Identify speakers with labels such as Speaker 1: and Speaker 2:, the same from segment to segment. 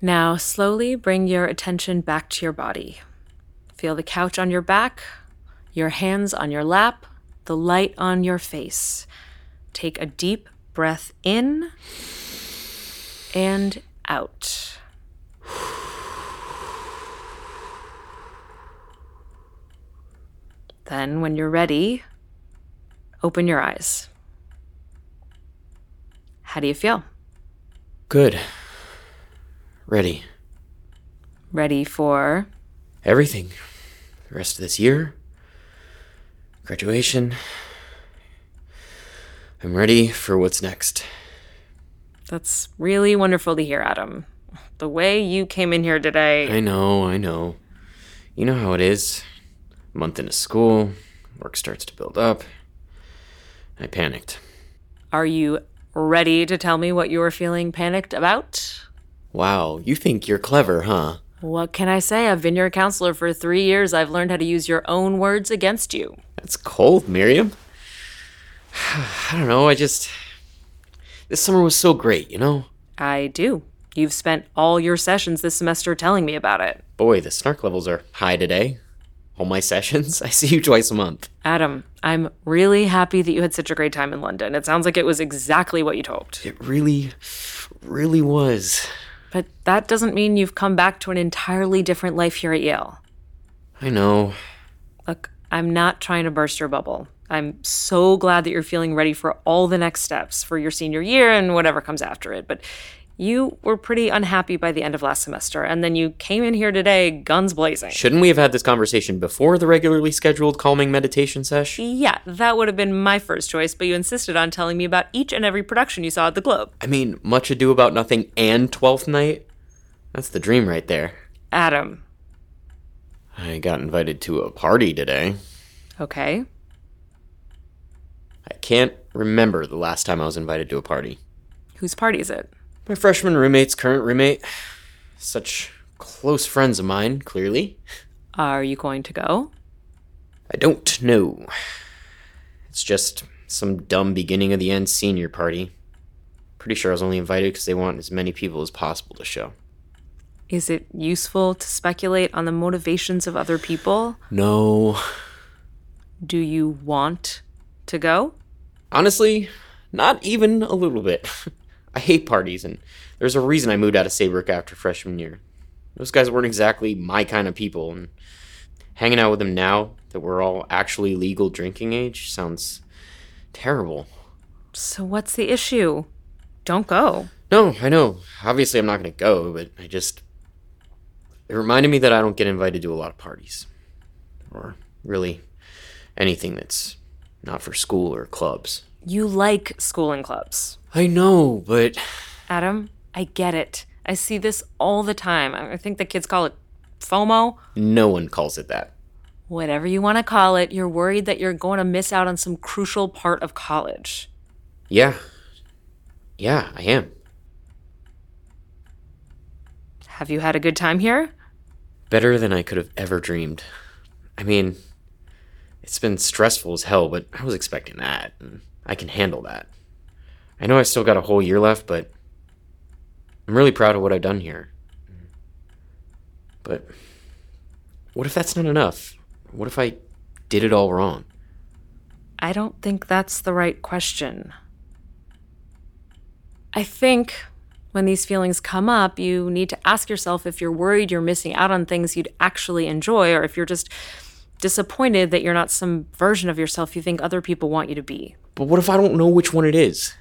Speaker 1: Now, slowly bring your attention back to your body. Feel the couch on your back, your hands on your lap, the light on your face. Take a deep breath in and out. Then, when you're ready, open your eyes. How do you feel?
Speaker 2: Good. Ready.
Speaker 1: Ready for
Speaker 2: Everything. The rest of this year. Graduation. I'm ready for what's next.
Speaker 1: That's really wonderful to hear, Adam. The way you came in here today.
Speaker 2: I know, I know. You know how it is. month into school, work starts to build up. I panicked.
Speaker 1: Are you ready to tell me what you were feeling panicked about?
Speaker 2: Wow, you think you're clever, huh?
Speaker 1: What can I say? I've been your counselor for three years. I've learned how to use your own words against you.
Speaker 2: That's cold, Miriam. I don't know, I just. This summer was so great, you know?
Speaker 1: I do. You've spent all your sessions this semester telling me about it.
Speaker 2: Boy, the snark levels are high today. All my sessions, I see you twice a month.
Speaker 1: Adam, I'm really happy that you had such a great time in London. It sounds like it was exactly what you hoped.
Speaker 2: It really, really was.
Speaker 1: But that doesn't mean you've come back to an entirely different life here at Yale.
Speaker 2: I know.
Speaker 1: Look, I'm not trying to burst your bubble. I'm so glad that you're feeling ready for all the next steps for your senior year and whatever comes after it. But you were pretty unhappy by the end of last semester, and then you came in here today, guns blazing.
Speaker 2: Shouldn't we have had this conversation before the regularly scheduled calming meditation sesh?
Speaker 1: Yeah, that would have been my first choice, but you insisted on telling me about each and every production you saw at the Globe.
Speaker 2: I mean, much ado about nothing and Twelfth Night? That's the dream right there.
Speaker 1: Adam,
Speaker 2: I got invited to a party today.
Speaker 1: okay.
Speaker 2: I can't remember the last time I was invited to a party.
Speaker 1: Whose party is it?
Speaker 2: My freshman roommate's current roommate. Such close friends of mine, clearly.
Speaker 1: Are you going to go?
Speaker 2: I don't know. It's just some dumb beginning of the end senior party. Pretty sure I was only invited because they want as many people as possible to show.
Speaker 1: Is it useful to speculate on the motivations of other people?
Speaker 2: No.
Speaker 1: Do you want to go?
Speaker 2: Honestly, not even a little bit. I hate parties, and there's a reason I moved out of Saybrook after freshman year. Those guys weren't exactly my kind of people, and hanging out with them now that we're all actually legal drinking age sounds terrible.
Speaker 1: So, what's the issue? Don't go.
Speaker 2: No, I know. Obviously, I'm not going to go, but I just. It reminded me that I don't get invited to a lot of parties. Or really anything that's not for school or clubs.
Speaker 1: You like school and clubs.
Speaker 2: I know, but.
Speaker 1: Adam, I get it. I see this all the time. I I think the kids call it FOMO.
Speaker 2: No one calls it that.
Speaker 1: Whatever you want to call it, you're worried that you're going to miss out on some crucial part of college.
Speaker 2: Yeah. Yeah, I am.
Speaker 1: Have you had a good time here?
Speaker 2: Better than I could have ever dreamed. I mean, it's been stressful as hell, but I was expecting that, and I can handle that. I know I still got a whole year left, but I'm really proud of what I've done here. But what if that's not enough? What if I did it all wrong?
Speaker 1: I don't think that's the right question. I think when these feelings come up, you need to ask yourself if you're worried you're missing out on things you'd actually enjoy, or if you're just disappointed that you're not some version of yourself you think other people want you to be.
Speaker 2: But what if I don't know which one it is?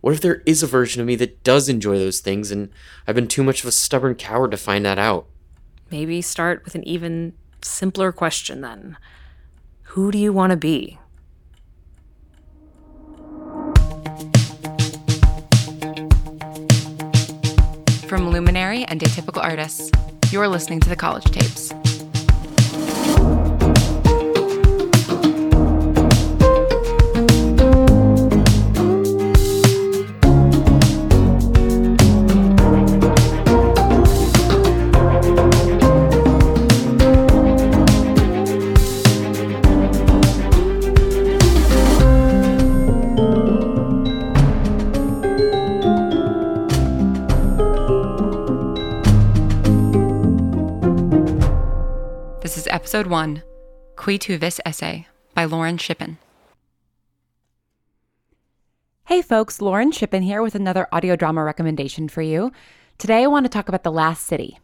Speaker 2: What if there is a version of me that does enjoy those things and I've been too much of a stubborn coward to find that out?
Speaker 1: Maybe start with an even simpler question then Who do you want to be?
Speaker 3: From Luminary and Atypical Artists, you're listening to the College Tapes. Episode 1 Qui tu vis essay by Lauren Shippen.
Speaker 4: Hey folks, Lauren Shippen here with another audio drama recommendation for you. Today I want to talk about The Last City.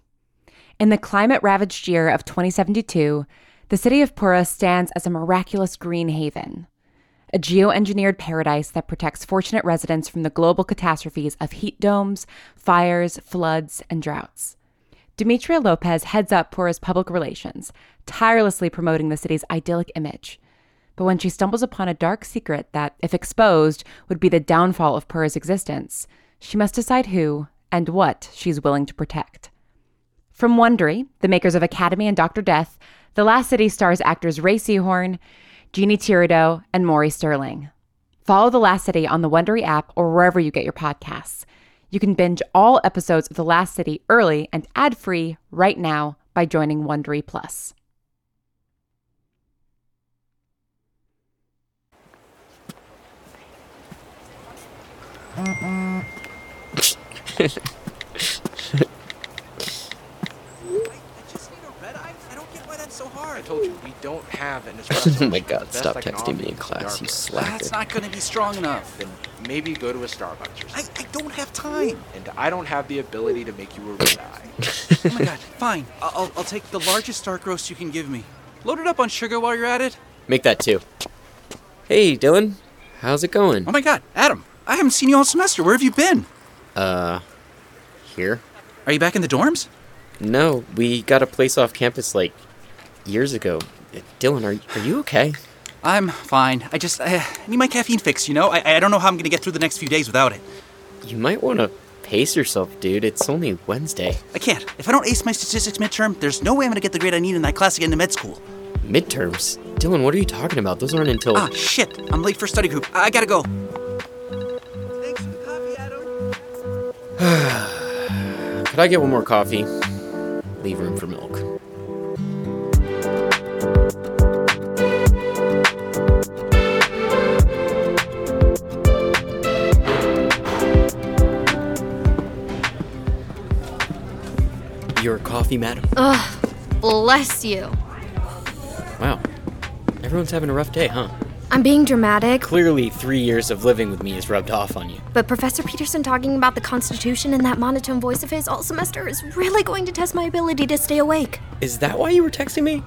Speaker 4: In the climate ravaged year of 2072, the city of Pura stands as a miraculous green haven, a geoengineered paradise that protects fortunate residents from the global catastrophes of heat domes, fires, floods, and droughts. Demetria Lopez heads up Pura's public relations, tirelessly promoting the city's idyllic image but when she stumbles upon a dark secret that, if exposed, would be the downfall of Purr's existence, she must decide who and what she's willing to protect. From Wondery, the makers of Academy and Dr. Death, The Last City stars actors Ray Seahorn, Jeannie Tirado, and Maury Sterling. Follow The Last City on the Wondery app or wherever you get your podcasts. You can binge all episodes of The Last City early and ad-free right now by joining Wondery Plus.
Speaker 5: I just need a red eye. I don't get why that's so hard.
Speaker 6: I told you we don't have an espresso.
Speaker 2: Oh my God,
Speaker 6: The uh, best
Speaker 2: stop
Speaker 6: I can
Speaker 2: texting me
Speaker 6: offer
Speaker 2: in
Speaker 6: is
Speaker 2: class, you
Speaker 6: darker.
Speaker 2: slacker.
Speaker 6: That's not going to be strong enough. Then maybe go to a Starbucks or
Speaker 5: I,
Speaker 6: something.
Speaker 5: I don't have time.
Speaker 6: And I don't have the ability to make you a red eye.
Speaker 5: Oh my god. Fine. I'll, I'll- I'll take the largest dark roast you can give me. Load it up on sugar while you're at it.
Speaker 2: Make that two. Hey, Dylan. How's it going?
Speaker 5: Oh my god, Adam. I haven't seen you all semester. Where have you been?
Speaker 2: Here?
Speaker 5: Are you back in the dorms?
Speaker 2: No, we got a place off campus like years ago. Uh, Dylan, are, are you okay?
Speaker 5: I'm fine. I just I need my caffeine fix. You know, I, I don't know how I'm gonna get through the next few days without it.
Speaker 2: You might want to pace yourself, dude. It's only Wednesday.
Speaker 5: I can't. If I don't ace my statistics midterm, there's no way I'm gonna get the grade I need in that class again to med school.
Speaker 2: Midterms? Dylan, what are you talking about? Those aren't until.
Speaker 5: Ah, shit. I'm late for study group. I I gotta go. Thanks for the coffee, Adam.
Speaker 2: Could I get one more coffee? Leave room for milk. Your coffee, madam?
Speaker 7: Bless you.
Speaker 2: Wow. Everyone's having a rough day, huh?
Speaker 7: I'm being dramatic,
Speaker 2: Clearly, three years of living with me has rubbed off on you.
Speaker 7: but Professor Peterson talking about the Constitution in that monotone voice of his all semester is really going to test my ability to stay awake.
Speaker 2: Is that why you were texting me?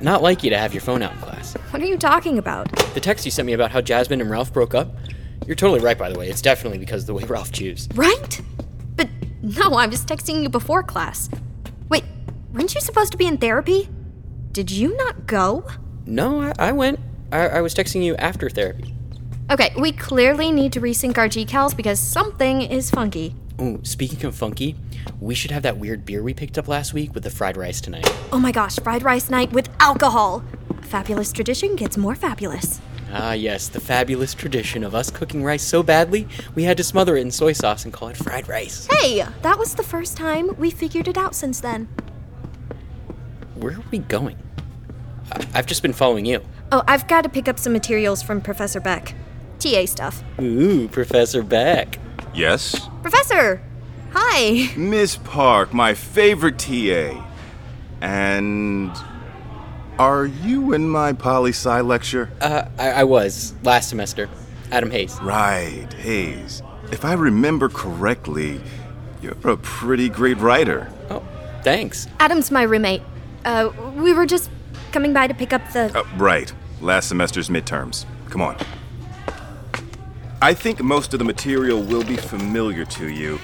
Speaker 2: Not like you to have your phone out in class.
Speaker 7: What are you talking about?
Speaker 2: The text you sent me about how Jasmine and Ralph broke up? You're totally right, by the way. It's definitely because of the way Ralph chews.
Speaker 7: Right? But no, I was texting you before class. Wait, weren't you supposed to be in therapy? Did you not go?
Speaker 2: No, I, I went. I, I was texting you after therapy.
Speaker 7: Okay, we clearly need to resync our GCALs because something is funky.
Speaker 2: Ooh, speaking of funky, we should have that weird beer we picked up last week with the fried rice tonight.
Speaker 7: Oh my gosh, fried rice night with alcohol! A fabulous tradition gets more fabulous.
Speaker 2: Ah, yes, the fabulous tradition of us cooking rice so badly, we had to smother it in soy sauce and call it fried rice.
Speaker 7: Hey, that was the first time we figured it out since then.
Speaker 2: Where are we going? I, I've just been following you.
Speaker 7: Oh, I've got to pick up some materials from Professor Beck. TA stuff.
Speaker 2: Ooh, Professor Beck.
Speaker 8: Yes?
Speaker 7: Professor! Hi!
Speaker 8: Miss Park, my favorite TA. And. Are you in my poli sci lecture?
Speaker 2: Uh, I, I was last semester. Adam Hayes.
Speaker 8: right, Hayes. If I remember correctly, you're a pretty great writer.
Speaker 2: Oh, thanks.
Speaker 7: Adam's my roommate. Uh, we were just coming by to pick up the.
Speaker 8: Uh, right, last semester's midterms. Come on. I think most of the material will be familiar to you.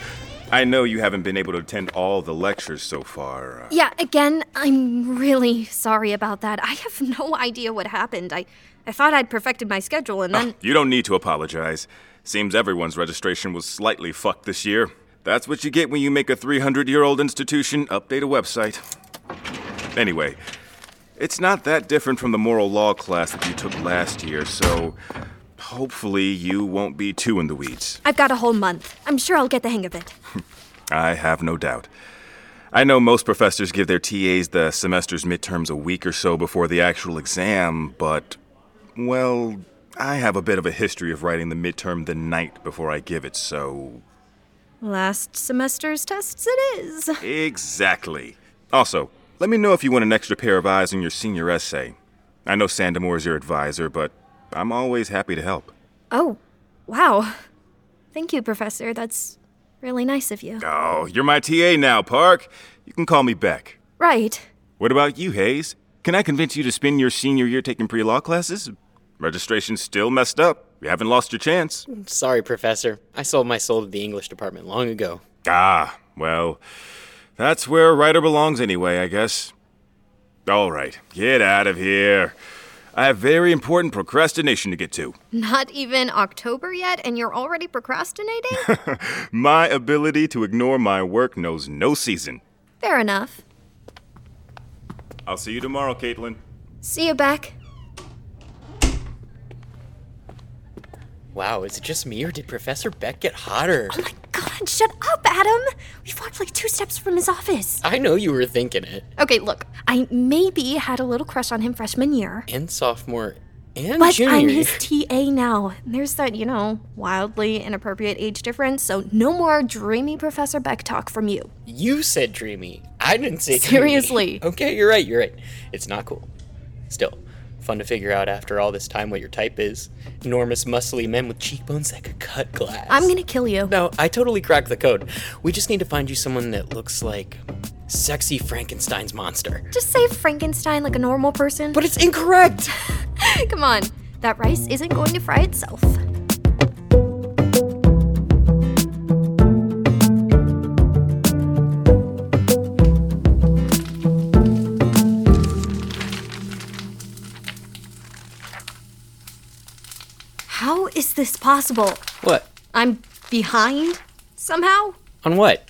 Speaker 8: I know you haven't been able to attend all the lectures so far. uh,
Speaker 7: Yeah, again, I'm really sorry about that. I have no idea what happened. I, I thought I'd perfected my schedule and then.
Speaker 8: You don't need to apologize. Seems everyone's registration was slightly fucked this year. That's what you get when you make a 300 year old institution update a website. Anyway, it's not that different from the moral law class that you took last year, so hopefully you won't be too in the weeds.
Speaker 7: I've got a whole month. I'm sure I'll get the hang of it.
Speaker 8: I have no doubt. I know most professors give their TAs the semester's midterms a week or so before the actual exam, but, well, I have a bit of a history of writing the midterm the night before I give it, so.
Speaker 7: Last semester's tests, it is.
Speaker 8: Exactly. Also, Let me know if you want an extra pair of eyes on your senior essay. I know Sandamore is your advisor, but I'm always happy to help.
Speaker 7: Oh, wow. Thank you, Professor. That's really nice of you.
Speaker 8: Oh, you're my TA now, Park. You can call me Beck.
Speaker 7: Right.
Speaker 8: What about you, Hayes? Can I convince you to spend your senior year taking pre law classes? Registration's still messed up. You haven't lost your chance.
Speaker 2: Sorry, Professor. I sold my soul to the English department long ago.
Speaker 8: Ah, well, that's where a writer belongs anyway, I guess. All right, get out of here. I have very important procrastination to get to.
Speaker 7: Not even October yet, and you're already procrastinating?
Speaker 8: My ability to ignore my work knows no season.
Speaker 7: Fair enough.
Speaker 8: I'll see you tomorrow, Caitlin.
Speaker 7: See you back.
Speaker 2: Wow, is it just me or did Professor Beck get hotter?
Speaker 7: Oh my god, shut up, Adam! We've walked like two steps from his office.
Speaker 2: I know you were thinking it.
Speaker 7: Okay, look, I maybe had a little crush on him freshman year.
Speaker 2: And sophomore and
Speaker 7: But
Speaker 2: junior.
Speaker 7: I'm
Speaker 2: year.
Speaker 7: his TA now. There's that, you know, wildly inappropriate age difference, so no more dreamy Professor Beck talk from you.
Speaker 2: You said dreamy. I didn't say
Speaker 7: Seriously.
Speaker 2: dreamy. Okay, you're right, you're right. It's not cool. Still, fun to figure out after all this time what your type is. Enormous, muscly men with cheekbones that could cut glass.
Speaker 7: I'm gonna kill you.
Speaker 2: No, I totally cracked the code. We just need to find you someone that looks like sexy Frankenstein's monster.
Speaker 7: Just say Frankenstein like a normal person.
Speaker 2: But it's incorrect!
Speaker 7: Come on, that rice isn't going to fry itself. How is this possible?
Speaker 2: What?
Speaker 7: I'm behind somehow?
Speaker 2: On what?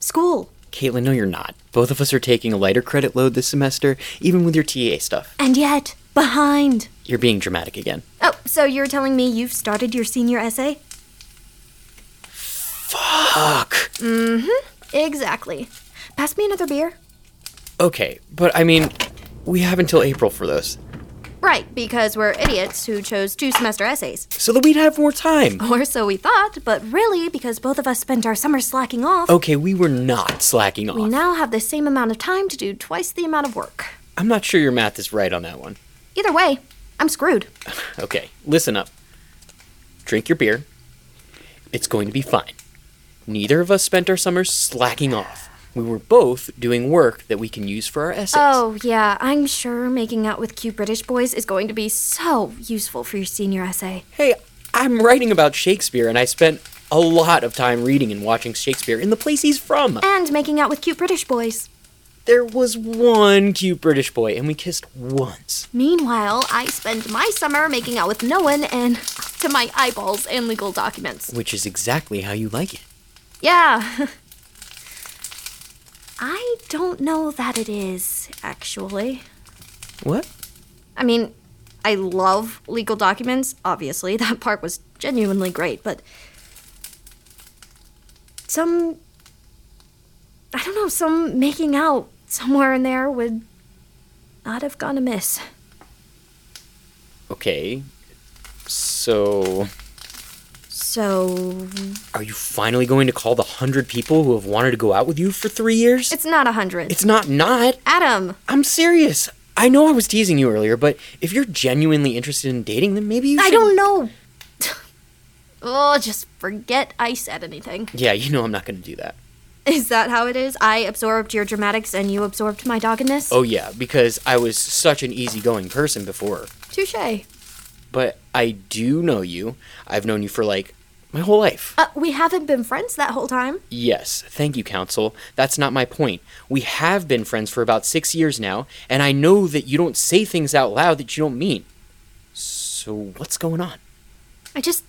Speaker 7: School.
Speaker 2: Caitlin, no, you're not. Both of us are taking a lighter credit load this semester, even with your TA stuff.
Speaker 7: And yet, behind.
Speaker 2: You're being dramatic again.
Speaker 7: Oh, so you're telling me you've started your senior essay?
Speaker 2: Fuck!
Speaker 7: Exactly. Pass me another beer.
Speaker 2: Okay, but I mean, we have until April for those,
Speaker 7: Right, because we're idiots who chose two semester essays.
Speaker 2: so that we'd have more time.
Speaker 7: Or so we thought, but really, because both of us spent our summer slacking off,
Speaker 2: Okay, we were not slacking off.
Speaker 7: we now have the same amount of time to do twice the amount of work.
Speaker 2: I'm not sure your math is right on that one.
Speaker 7: Either way, I'm screwed.
Speaker 2: Okay, listen up. Drink your beer. It's going to be fine. Neither of us spent our summers slacking off. We were both doing work that we can use for our essays.
Speaker 7: Oh, yeah, I'm sure making out with cute British boys is going to be so useful for your senior essay.
Speaker 2: Hey, I'm writing about Shakespeare and I spent a lot of time reading and watching Shakespeare in the place he's from.
Speaker 7: And making out with cute British boys.
Speaker 2: There was one cute British boy and we kissed once.
Speaker 7: Meanwhile, I spend my summer making out with no one and up to my eyeballs and legal documents.
Speaker 2: Which is exactly how you like it.
Speaker 7: Yeah. I don't know that it is, actually.
Speaker 2: What?
Speaker 7: I mean, I love legal documents, obviously. That part was genuinely great, but. Some. I don't know, some making out somewhere in there would not have gone amiss.
Speaker 2: Okay. So,
Speaker 7: So.
Speaker 2: are you finally going to call the hundred people who have wanted to go out with you for three years?
Speaker 7: It's not a hundred.
Speaker 2: It's not not.
Speaker 7: Adam!
Speaker 2: I'm serious. I know I was teasing you earlier, but if you're genuinely interested in dating, then maybe you
Speaker 7: I
Speaker 2: should-
Speaker 7: don't know! oh, just forget I said anything.
Speaker 2: Yeah, you know I'm not going to do that.
Speaker 7: Is that how it is? I absorbed your dramatics and you absorbed my doggedness?
Speaker 2: Oh yeah, because I was such an easygoing person before.
Speaker 7: Touche.
Speaker 2: But I do know you. I've known you for like my whole life.
Speaker 7: Uh, we haven't been friends that whole time.
Speaker 2: Yes, thank you, Counsel. That's not my point. We have been friends for about six years now, and I know that you don't say things out loud that you don't mean. So what's going on?
Speaker 7: I just.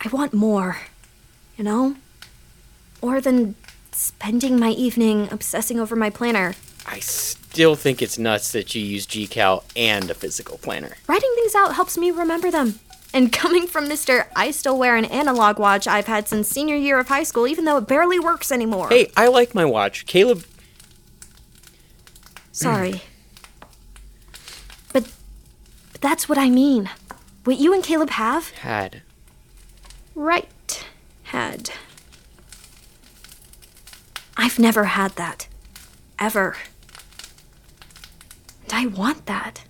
Speaker 7: I want more. You know? More than spending my evening obsessing over my planner.
Speaker 2: I still think it's nuts that you use GCal and a physical planner.
Speaker 7: Writing things out helps me remember them. And coming from Mr. I still wear an analog watch I've had since senior year of high school, even though it barely works anymore.
Speaker 2: Hey, I like my watch. Caleb,
Speaker 7: Sorry. but, but that's what I mean. What you and Caleb have?
Speaker 2: had.
Speaker 7: Right. Had. I've never had that. Ever. And I want that.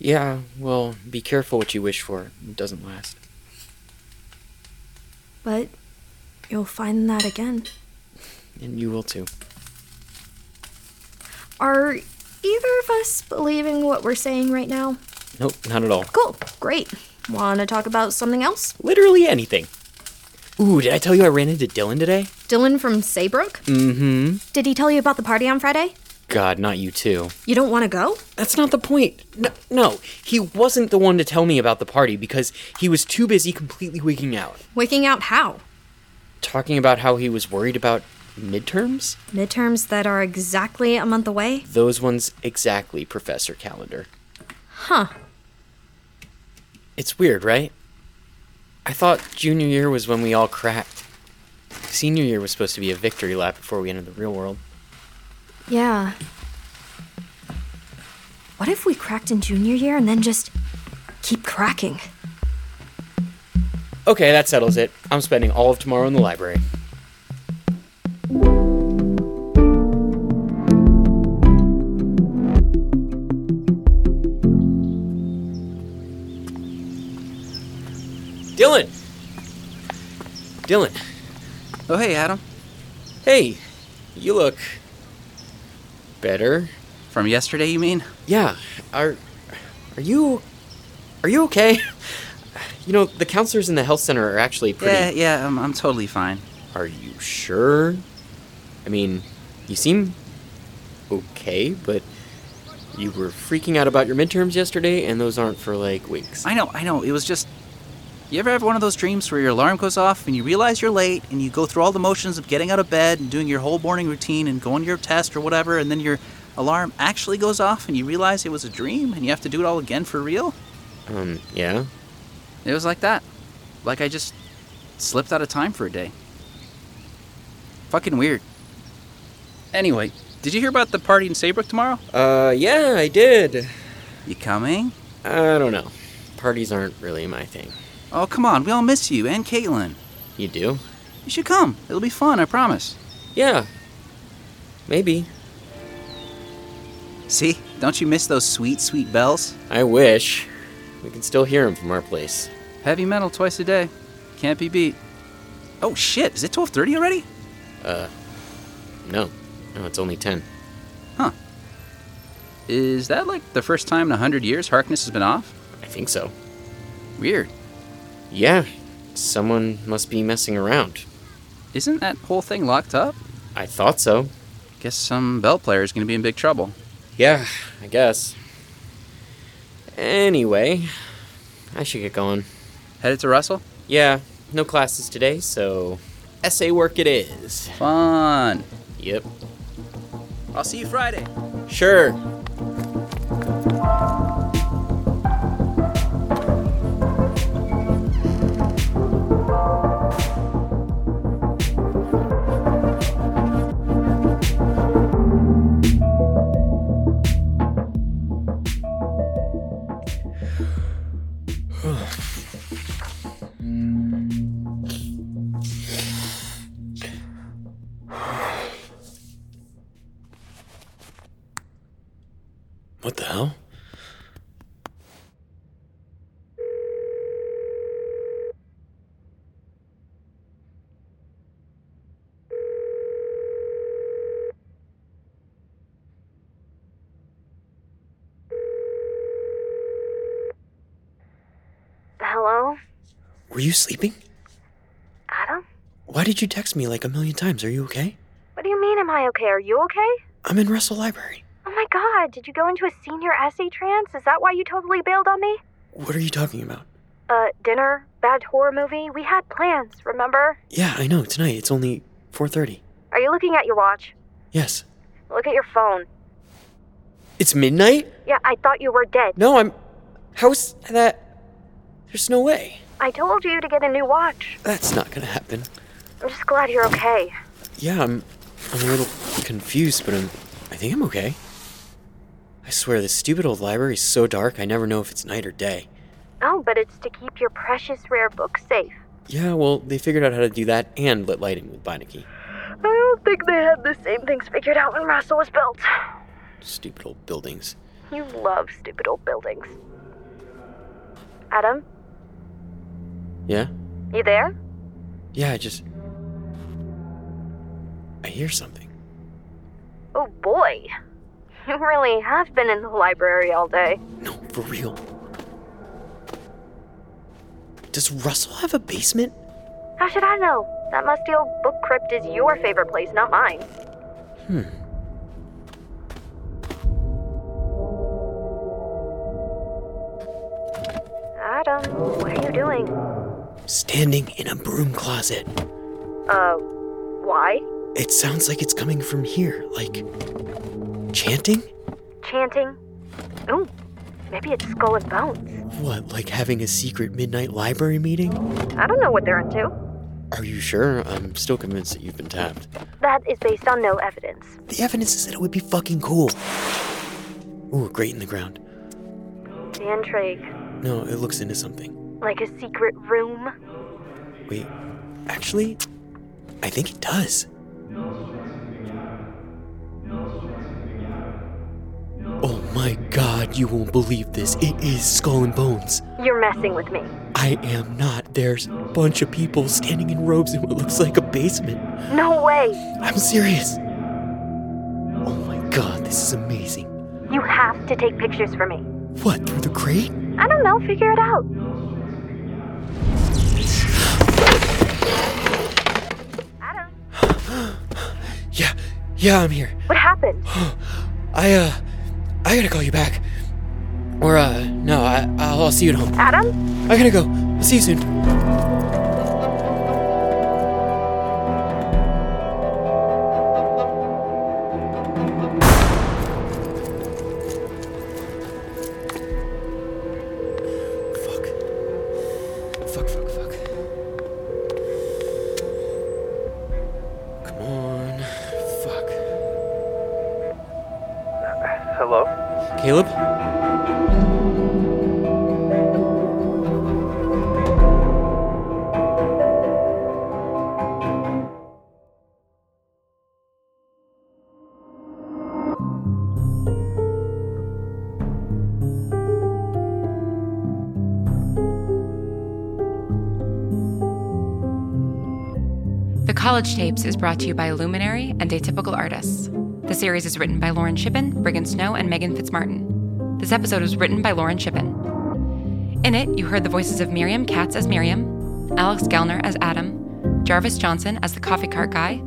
Speaker 2: Yeah, well, be careful what you wish for. It doesn't last.
Speaker 7: But you'll find that again.
Speaker 2: And you will too.
Speaker 7: Are either of us believing what we're saying right now?
Speaker 2: Nope, not at all.
Speaker 7: Cool. Great. Want to talk about something else?
Speaker 2: Literally anything. Ooh, did I tell you I ran into Dylan today?
Speaker 7: Dylan from Saybrook? Mm hmm. Did he tell you about the party on Friday?
Speaker 2: God, not you too.
Speaker 7: You don't want to go?
Speaker 2: That's not the point. No, no, he wasn't the one to tell me about the party because he was too busy completely wigging out.
Speaker 7: Waking out how?
Speaker 2: Talking about how he was worried about midterms?
Speaker 7: Midterms that are exactly a month away?
Speaker 2: Those ones exactly, Professor Calendar.
Speaker 7: Huh.
Speaker 2: It's weird, right? I thought junior year was when we all cracked. Senior year was supposed to be a victory lap before we entered the real world.
Speaker 7: Yeah. What if we cracked in junior year and then just keep cracking?
Speaker 2: Okay, that settles it. I'm spending all of tomorrow in the library. Dylan! Dylan,
Speaker 5: Oh, hey, Adam.
Speaker 2: hey, you look better.
Speaker 5: From yesterday, you mean?
Speaker 2: Yeah, are are you are you okay? You know, the counselors in the health center are actually pretty
Speaker 5: Yeah, yeah, I'm, I'm totally fine.
Speaker 2: Are you sure? I mean, you seem okay, but you were freaking out about your midterms yesterday, and those aren't for like weeks.
Speaker 5: I know, I know. It was just. You ever have one of those dreams where your alarm goes off and you realize you're late and you go through all the motions of getting out of bed and doing your whole morning routine and going to your test or whatever, and then your alarm actually goes off and you realize it was a dream and you have to do it all again for real?
Speaker 2: Um, yeah.
Speaker 5: It was like that. Like I just slipped out of time for a day. Fucking weird. Anyway, did you hear about the party in Saybrook tomorrow?
Speaker 2: Uh, yeah, I did.
Speaker 5: You coming?
Speaker 2: I don't know. Parties aren't really my thing.
Speaker 5: Oh, come on. We all miss you and Caitlin.
Speaker 2: You do?
Speaker 5: You should come. It'll be fun, I promise.
Speaker 2: Yeah. Maybe.
Speaker 5: See? Don't you miss those sweet, sweet bells?
Speaker 2: I wish. We can still hear him from our place.
Speaker 5: Heavy metal twice a day. Can't be beat. Oh shit, is it 12:30 already?
Speaker 2: No. No, it's only 10.
Speaker 5: Is that like the first time in 100 years Harkness has been off?
Speaker 2: I think so.
Speaker 5: Weird.
Speaker 2: Yeah. Someone must be messing around.
Speaker 5: Isn't that whole thing locked up?
Speaker 2: I thought so.
Speaker 5: Guess some bell player is going to be in big trouble.
Speaker 2: Yeah, I guess. Anyway, I should get going.
Speaker 5: Headed to Russell?
Speaker 2: Yeah, no classes today, so essay work it is.
Speaker 5: Fun.
Speaker 2: Yep.
Speaker 5: I'll see you Friday.
Speaker 2: Sure. What the hell?
Speaker 9: Hello?
Speaker 2: Were you sleeping?
Speaker 9: Adam?
Speaker 2: Why did you text me like a million times? Are you okay?
Speaker 9: What do you mean, am I okay? Are you okay?
Speaker 2: I'm in Russell Library.
Speaker 9: Oh my god, did you go into a senior essay trance? Is that why you totally bailed on me?
Speaker 2: What are you talking about?
Speaker 9: Uh, dinner? Bad horror movie? We had plans, remember?
Speaker 2: Yeah, I know. Tonight it's only 4:30.
Speaker 9: Are you looking at your watch?
Speaker 2: Yes.
Speaker 9: Look at your phone.
Speaker 2: It's midnight?
Speaker 9: Yeah, I thought you were dead.
Speaker 2: No, I'm How's that? There's no way.
Speaker 9: I told you to get a new watch.
Speaker 2: That's not going to happen.
Speaker 9: I'm just glad you're okay.
Speaker 2: Yeah, I'm I'm a little confused, but I'm I think I'm okay. I swear this stupid old library is so dark I never know if it's night or day.
Speaker 9: Oh, but it's to keep your precious rare book safe.
Speaker 2: Yeah, well, they figured out how to do that and lit lighting with Beinecke.
Speaker 9: I don't think they had the same things figured out when Russell was built.
Speaker 2: Stupid old buildings.
Speaker 9: You love stupid old buildings. Adam,
Speaker 2: Yeah?
Speaker 9: you there?
Speaker 2: Yeah, I just. I hear something.
Speaker 9: Oh boy. You really have been in the library all day.
Speaker 2: No, for real. Does Russell have a basement?
Speaker 9: How should I know? That musty old book crypt is your favorite place, not mine. Hmm. Adam, what are you doing?
Speaker 2: Standing in a broom closet.
Speaker 9: Uh, why?
Speaker 2: It sounds like it's coming from here, like. chanting?
Speaker 9: Chanting? Ooh, maybe it's skull and bones.
Speaker 2: What, like having a secret midnight library meeting?
Speaker 9: I don't know what they're into.
Speaker 2: Are you sure? I'm still convinced that you've been tapped.
Speaker 9: That is based on no evidence.
Speaker 2: The evidence is that it would be fucking cool. Ooh, a grate in the ground.
Speaker 9: The intrigue,
Speaker 2: No, it looks into something.
Speaker 9: like a secret room.
Speaker 2: Wait, actually, I think it does. Oh my god, you won't believe this. It is Skull and Bones.
Speaker 9: You're messing with me.
Speaker 2: I am not. There's a bunch of people standing in robes in what looks like a basement.
Speaker 9: No way!
Speaker 2: I'm serious. Oh my god, this is amazing.
Speaker 9: You have to take pictures for me.
Speaker 2: What, through the crate?
Speaker 9: I don't know, figure it out. Adam,
Speaker 2: Yeah, yeah, I'm here.
Speaker 9: what happened?
Speaker 2: I, uh, I gotta call you back. Or, uh, no, I, I'll, I'll see you at home.
Speaker 9: Adam?
Speaker 2: I gotta go. I'll see you soon. Fuck. Fuck, fuck, fuck. Come on. Fuck.
Speaker 10: Hello?
Speaker 2: Caleb?
Speaker 4: The College Tapes is brought to you by Luminary and Atypical Artists. The series is written by Lauren Shippen, Brigham Snow, and Megan Fitzmartin. This episode was written by Lauren Shippen. In it, you heard the voices of Miriam Katz as Miriam, Alex Gellner as Adam, Jarvis Johnson as the coffee cart guy,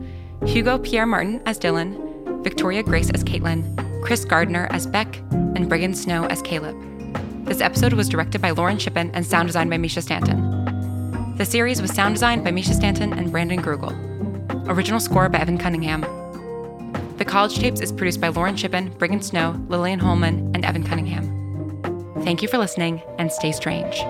Speaker 4: Hugo Pierre Martin as Dylan, Victoria Grace as Caitlin, Chris Gardner as Beck, and Brigham Snow as Caleb. This episode was directed by Lauren Shippen and sound designed by Misha Stanton. The series was sound designed by Misha Stanton and Brandon Grugel. Original score by Evan Cunningham. The College Tapes is produced by Lauren Chippen, Brigham Snow, Lillian Holman, and Evan Cunningham. Thank you for listening and stay strange.